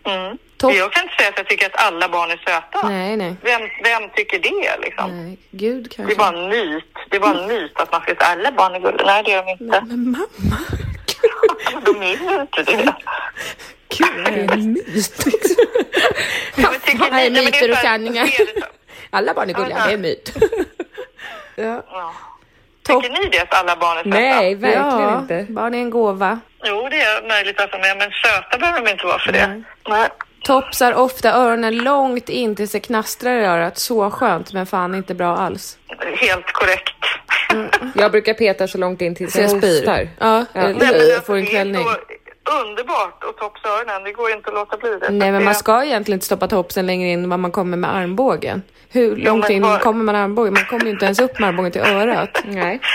Mm.
Topp-
Jag kan inte säga att jag tycker att alla barn är söta.
Nej, nej.
Vem, vem tycker det liksom?
Nej, gud
Det
kanske.
är bara en myt. Det är bara en myt att man ska säga att alla barn är gulliga. Nej, det är de inte.
Men mamma,
<laughs> De är ju
<laughs>
inte det.
gud vad det är en myt. <laughs>
Ja, men tycker ni-
Här är
ja, men det
myter och
så här-
sanningar.
ser det så-
Alla barn är gulliga, det är en myt.
Ja.
Topp-
<laughs> Tycker ni det att alla barn är söta?
Nej, verkligen
ja,
inte.
barn är en gåva.
Jo, det är möjligt att de är, men söta behöver de inte vara för det. Nej.
Topsar ofta öronen långt in tills det knastrar i örat. Så skönt, men fan inte bra alls.
Helt korrekt.
Mm.
Jag brukar peta så långt in tills
Så
jag
jag spyr.
hostar.
Ja,
<laughs> Nej, men
eller
alltså,
får en
det är
kvällning.
så underbart att topsa öronen. Det går inte att låta bli det.
Nej,
Så
men
det-
man ska egentligen inte stoppa topsen längre in än vad man kommer med armbågen. Hur långt
men
in
var-
kommer man med armbågen? Man kommer ju inte ens upp med armbågen till örat.
Nej.
<laughs>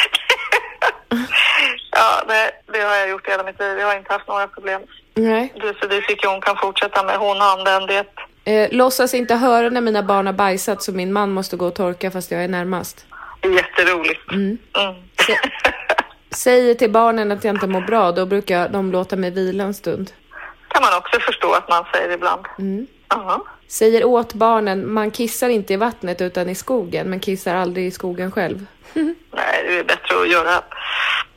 Ja, det, det har jag gjort i hela mitt liv. Jag har inte haft några problem.
Nej.
Det, så det tycker jag hon kan fortsätta med. Hon, han, den, det.
Eh, låtsas inte höra när mina barn har bajsat så min man måste gå och torka fast jag är närmast.
Det är jätteroligt. Mm.
Säger till barnen att jag inte mår bra, då brukar de låta mig vila en stund.
<laughs> kan man också förstå att man säger ibland. Mm.
Säger åt barnen, man kissar inte i vattnet utan i skogen, men kissar aldrig i skogen själv.
Nej, det är bättre att göra.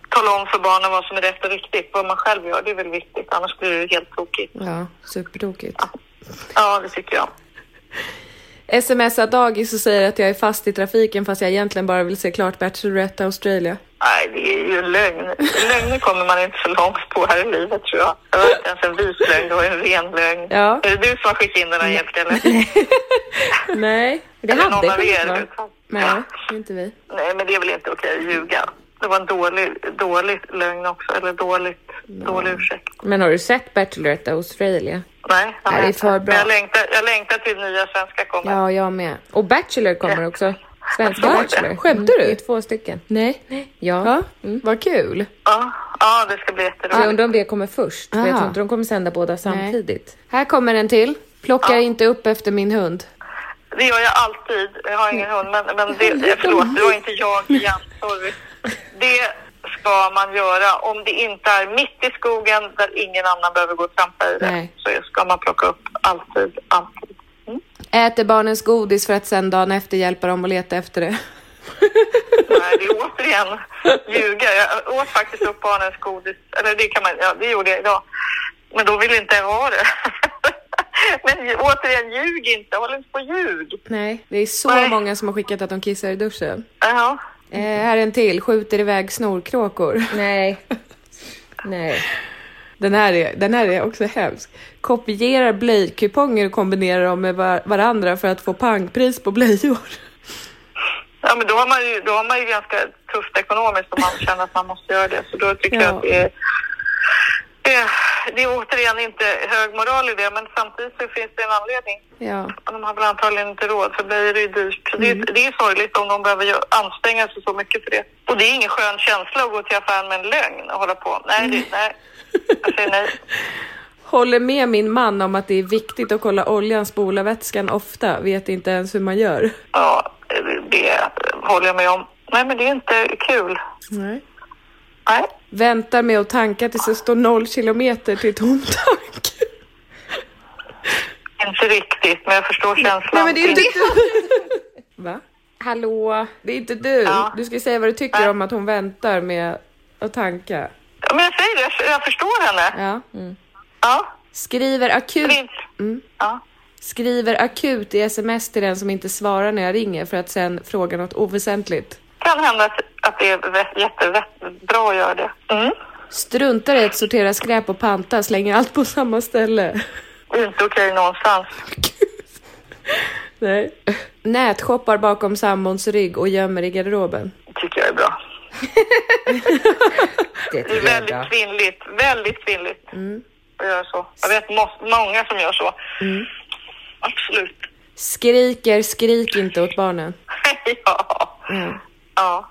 Tala om för barnen vad som är rätt och riktigt. Vad man själv gör, det är väl viktigt. Annars blir det ju helt tokigt.
Ja, supertokigt.
Ja, det tycker jag.
Smsar dagis och säger att jag är fast i trafiken fast jag egentligen bara vill se klart Bachelorette Australia.
Nej, det är ju en lögn. Lögner kommer man inte så långt på här i livet, tror jag. Det var inte ens en vis lögn, det var en ren lögn.
Ja.
Är det du som har skickat in den här egentligen?
<laughs>
eller?
Nej,
Det
Eller någon
hade
av
kunnat
er?
vara.
nej, det är inte vi.
Nej, men det är väl inte okej att ljuga. Det var en dålig, dålig lögn också, eller dåligt, dålig ursäkt.
Men har du sett Bachelorette Australia?
Nej, jag
Nej, det är
vet
för
inte.
bra.
Jag längtar, jag längtar till nya svenska kommer.
Ja, jag med.
Och Bachelor kommer också. Svenska Bachelor.
Skämtar du?
Det är två stycken.
Nej.
Ja,
Ja.
mm.
Vad kul.
Ja, ja det ska bli
Så jag
jätteroligt.
undrar om det kommer först. För jag
Aha.
tror inte de kommer sända båda samtidigt.
Här kommer en till. Plocka inte upp efter min hund.
Det gör jag alltid. Jag har ingen hund, men, men
<laughs>
det, förlåt, det var inte jag igen. Sorry. Det ska man göra om det inte är mitt i skogen där ingen annan behöver gå och trampa i det.
Nej.
Så ska man plocka upp alltid, alltid.
Äter barnens godis för att sen dagen efter hjälpa dem att leta efter det.
Nej, det är återigen ljuga. Jag åt faktiskt upp barnens godis. Eller det kan man, ja, det gjorde jag idag. Men då ville inte jag ha det. <laughs> Men ju- återigen, ljug inte. Håll inte på och ljug.
Nej. Det är så
Nej.
många som har skickat att de kissar i duschen.
Ja.
Eh, här är en till. Skjuter iväg snorkråkor.
Nej. Nej.
Den här är, den här är också hemsk. Kopierar blöjkuponger och kombinerar dem med var- varandra för att få pangpris på blöjor.
Ja, men då har, man ju, då har man ju ganska tufft ekonomiskt om man känner att man måste göra det. Så då tycker jag att det är, det, är- det är återigen inte hög moral i det, men samtidigt så finns det en anledning.
Ja.
De har väl antagligen inte råd, för blöjor är ju dyrt. Så
Mm.
Det, det är sorgligt om de behöver gö- anstränga sig så mycket för det. Och det är ingen skön känsla att gå till affären med en lögn och hålla på. Nej, det, nej. Jag säger nej.
Håller med min man om att det är viktigt att kolla oljan, spola vätskan ofta. Vet inte ens hur man gör.
Ja, det håller jag med om. Nej, men det är inte kul.
Nej.
Nej.
Väntar med att tanka tills det står noll kilometer till tom tank.
Inte riktigt, men jag förstår känslan.
Nej men det är inte <laughs> du. Va?
Hallå?
Det är inte du.
Ja.
Du ska säga vad du tycker om att hon väntar med att tanka.
Ja, men jag säger det, jag- jag förstår henne.
Ja.
Ja,
Skriver akut
det, ja.
Skriver akut i sms till den som inte svarar när jag ringer för att sen fråga något oväsentligt.
kan hända att, att det är vä- jättebra att göra det. Mm.
Struntar i att sortera skräp och panta, slänger allt på samma ställe. <laughs>
Inte okej någonstans.
Nej. Nätshoppar bakom sambons rygg och gömmer i garderoben.
tycker jag är bra.
Det
Det är
tycker jag är bra.
väldigt kvinnligt, väldigt kvinnligt att göra så. Jag vet må- många som gör så. Absolut. <laughs>
Skriker, skrik inte åt barnen.
ja. ja.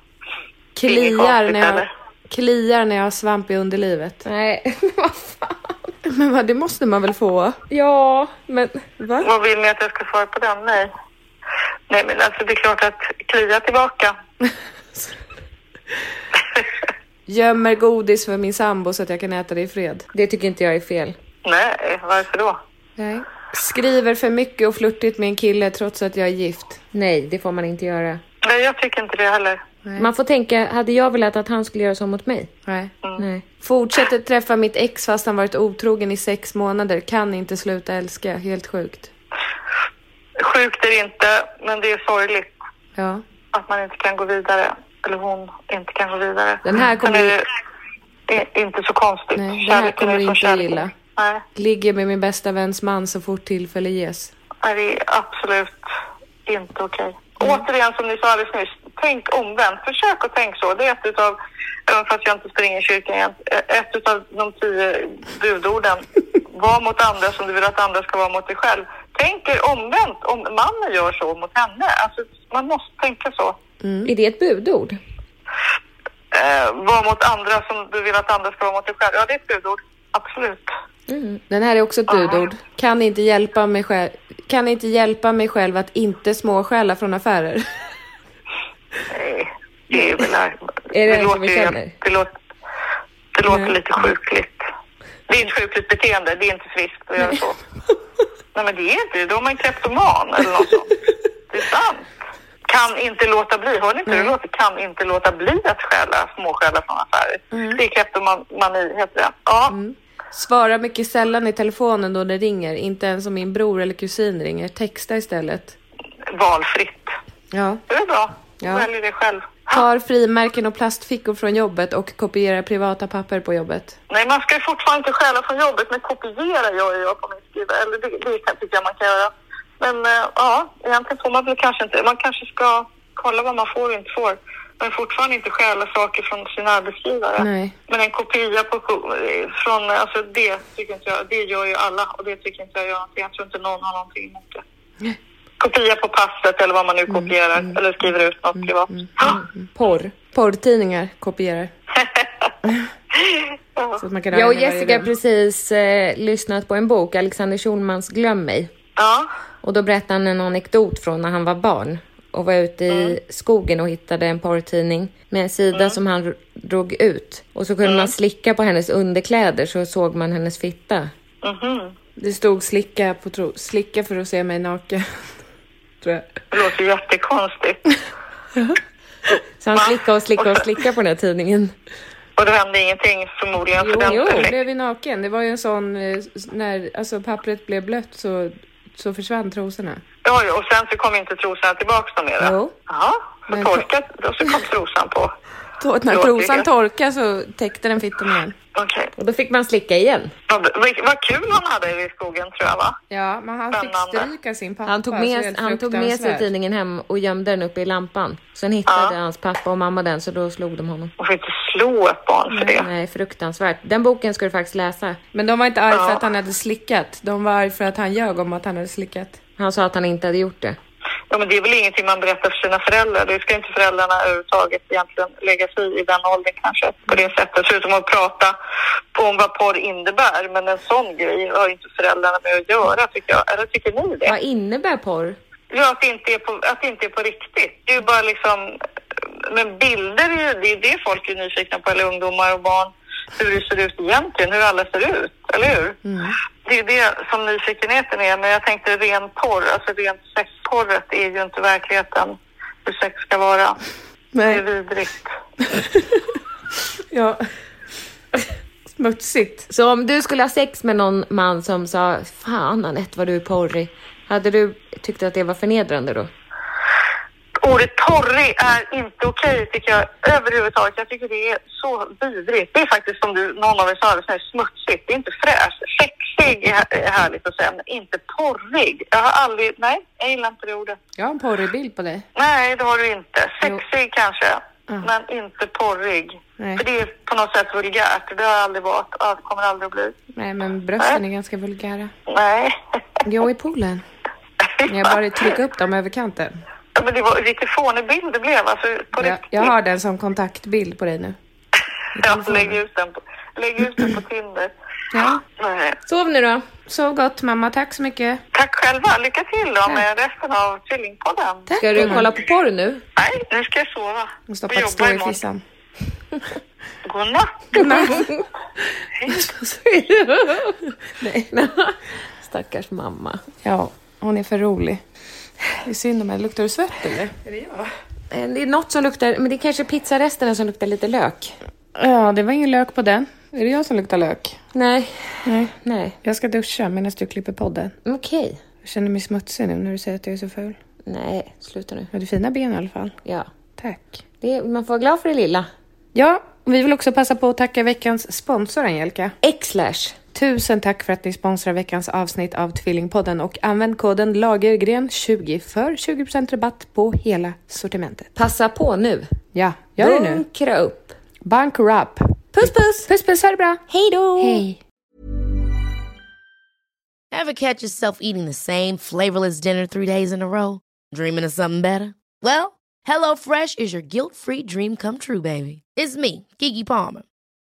Inget
Kliar
konstigt,
när jag,
eller?
kliar när jag har svamp i underlivet.
Nej, <laughs> vad fan.
Men vad, det måste man väl få?
Ja, men...
Va?
Vad vill ni att jag ska svara på den? Nej. Nej, men alltså det är klart att klia tillbaka.
Gömmer godis för min sambo så att jag kan äta det i fred.
Det tycker inte jag är fel.
Nej, varför då?
Nej. Skriver för mycket och flörtigt med en kille trots att jag är gift.
Nej, det får man inte göra.
Nej, jag tycker inte det heller.
Man får tänka, hade jag velat att han skulle göra så mot mig?
Nej.
Nej.
Fortsätter träffa mitt ex fast han varit otrogen i sex månader. Kan inte sluta älska. Helt sjukt.
Sjukt är det inte, men det är sorgligt
Ja.
att man inte kan gå vidare. Eller hon inte kan gå vidare.
Den här kommer
Sen är det i- inte så konstigt.
Nej, den här
Kärleken är
kommer du
som
inte
kärleken.
gilla.
Nej,
Ligger med min bästa väns man så fort tillfälle ges.
nej, det är absolut inte okej. Återigen som ni sa alldeles nyss, tänk omvänt. Försök att tänka så. Det är ett utav, även fast jag inte springer i kyrkan igen, ett utav de tio budorden. Var mot andra som du vill att andra ska vara mot dig själv. Tänk er omvänt om mannen gör så mot henne. Alltså, man måste tänka så.
Är det ett budord?
eh, vara mot andra som du vill att andra ska vara mot dig själv. Ja, det är ett budord. Absolut.
Den här är också ett budord. Kan inte hjälpa mig själv, kan inte hjälpa mig själv att inte småstjäla från affärer. <laughs>
Nej, det är väl...
Är det så
låter
vi
ju-
känner?
Det låter, det låter lite sjukligt. Det är ett sjukligt beteende. Det är inte friskt att göra så. Nej, men det är inte det. Då är man kleptoman eller något sånt. Det är sant. Kan inte låta bli. Hör ni inte hur det låter? Kan inte låta bli att stjäla, småstjäla från affärer.
Mm.
Det är kleptomani, heter det. Ja.
Svarar mycket sällan i telefonen då det ringer. Inte ens om min bror eller kusin ringer. Texta istället.
Valfritt.
Ja.
Det är bra.
Ja.
Välj det själv.
Tar frimärken och plastfickor från jobbet och kopierar privata papper på jobbet.
Nej, man ska ju fortfarande inte stjäla från jobbet, men kopiera gör jag på min skriva. Eller det, det kan- tycker jag man kan göra. Men eh, ja, egentligen får man väl kanske inte... Man kanske ska kolla vad man får och inte får. Men fortfarande inte stjäla saker från sin arbetsgivare.
Nej.
Men en kopia på, ko- eh, från... eh, Alltså det tycker inte jag... Det gör ju alla och det tycker inte jag gör någonting. Jag tror inte någon har någonting emot det. kopia på passet eller vad man nu kopierar eller skriver ut något privat.
Porr.
Porrtidningar kopierar. Så att man kan ha
Jag och
den i varje
Jessica har
rum.
precis eh, lyssnat på en bok, Alexander Schulmans Glöm mig.
Ja.
Och då berättade han en anekdot från när han var barn och var ute i skogen och hittade en porrtidning med en sida som han drog ut. Och så kunde man slicka på hennes underkläder så såg man hennes fitta.
Det stod slicka, på tro... slicka för att se mig naken. <laughs> Tror jag.
Det låter ju jättekonstigt.
Så han
Va?
slickade och slickade och slickade på den här tidningen.
Och det hände ingenting förmodligen. för
Jo,
den
jo,
perfekt.
blev vi naken. Det var ju en sån, eh, s- när alltså, pappret blev blött så, så försvann trosorna.
Ja, ja, och sen så kom inte trosan tillbaka någon mera.
Jo.
Ja, så
Men-
torkat och så kom trosan på.
To- när
Låter
trosan
det.
torkade så täckte den fittan igen.
Okej.
Och då fick man slicka igen.
Vad, vad- vad kul han hade i skogen tror jag va?
Ja, men han fick
Spännande.
stryka sin pappa.
Han tog,
så
med,
helt
han tog med sig
fruktansvärt.
tidningen hem och gömde den uppe i lampan. Sen hittade hans pappa och mamma den så då slog de honom.
Man får inte slå ett barn för det.
Nej, fruktansvärt. Den boken ska du faktiskt läsa.
Men de var inte arga för
Ja.
att han hade slickat. De var arga för att han ljög om att han hade slickat.
Han sa att han inte hade gjort det.
Ja, men det är väl ingenting man berättar för sina föräldrar. Det ska inte föräldrarna överhuvudtaget egentligen lägga sig i, i den åldern kanske på det sättet. Förutom att prata om vad porr innebär. Men en sån grej har ju inte föräldrarna med att göra tycker jag. Eller tycker ni det?
Vad innebär porr?
Ja, att det inte är på, att det inte är på riktigt. Det är ju bara liksom... Men bilder är ju det, är det folk är nyfikna på, eller ungdomar och barn. Hur det ser ut egentligen, hur alla ser ut, eller hur? Det är det som nyfikenheten är. Men jag tänkte ren porr, alltså rent sexporret är ju inte verkligheten. Hur sex ska vara. Det är
Nej,
vidrigt.
ja. Smutsigt.
Så om du skulle ha sex med någon man som sa Fan Anette vad du är porrig. Hade du tyckt att det var förnedrande då?
Ordet torrig är inte okej tycker jag överhuvudtaget. Jag tycker det är så vidrigt. Det är faktiskt som du, någon av er sa alldeles nyss, smutsigt. Det är inte fräscht. Sexig är här- är härligt att säga, men inte torrig. Jag har aldrig, nej, jag gillar inte det ordet.
Jag har en porrig bild på dig.
Nej, det har du inte. Sexig kanske, men inte porrig.
Nej.
För det är på något sätt vulgärt. Det har jag aldrig varit och det kommer aldrig att bli.
Nej, men brösten är ganska vulgära.
Nej.
Jag i poolen. Jag bara trycker upp dem över kanten.
<laughs> Ja, men det var vilken fånig bild det blev. Alltså, på
Jag,
riktigt.
jag har den som kontaktbild på dig nu.
Ja, lägg ut den på, lägg ut den på Tinder.
Ja.
Nej.
Sov nu då.
Sov gott mamma, tack så mycket.
Tack själva. Lycka till då med resten av Tvillingpodden.
Tack.
Ska du kolla på porr nu?
Nej, nu ska jag sova.
Och
Och
stoppa
jobba
ett stå i
imorgon.
fissan.
Godnatt.
Stackars mamma.
Ja, hon är för rolig. Det är synd om henne. Luktar du svett eller?
Eh, Det är något som luktar, men det är kanske pizzaresterna som luktar lite lök.
Ja, det var ingen lök på den. Är det jag som luktar lök?
Nej. Nej. Nej.
Jag ska duscha medan du klipper podden.
Okej.
Jag känner mig smutsig nu när du säger att jag är så ful.
Nej, sluta nu.
Du hade fina ben i alla fall.
Ja.
Tack.
Det är, man får vara glad för det lilla.
Ja, och vi vill också passa på att tacka veckans sponsor Angelica.
X-slash.
Tusen tack för att ni sponsrar veckans avsnitt av Tvillingpodden och använd koden LAGERGREN20 för 20% rabatt på hela sortimentet.
Passa på nu.
Ja, gör det nu.
Bunkra upp.
Bankrup.
Puss puss!
Puss puss, ha det bra.
Hej då!
Hej.
Ever catch yourself eating the same flavorless dinner three days in a row? Dreaming of something better? Well, HelloFresh is your guilt-free dream come true, baby. It's me, Gigi Palmer.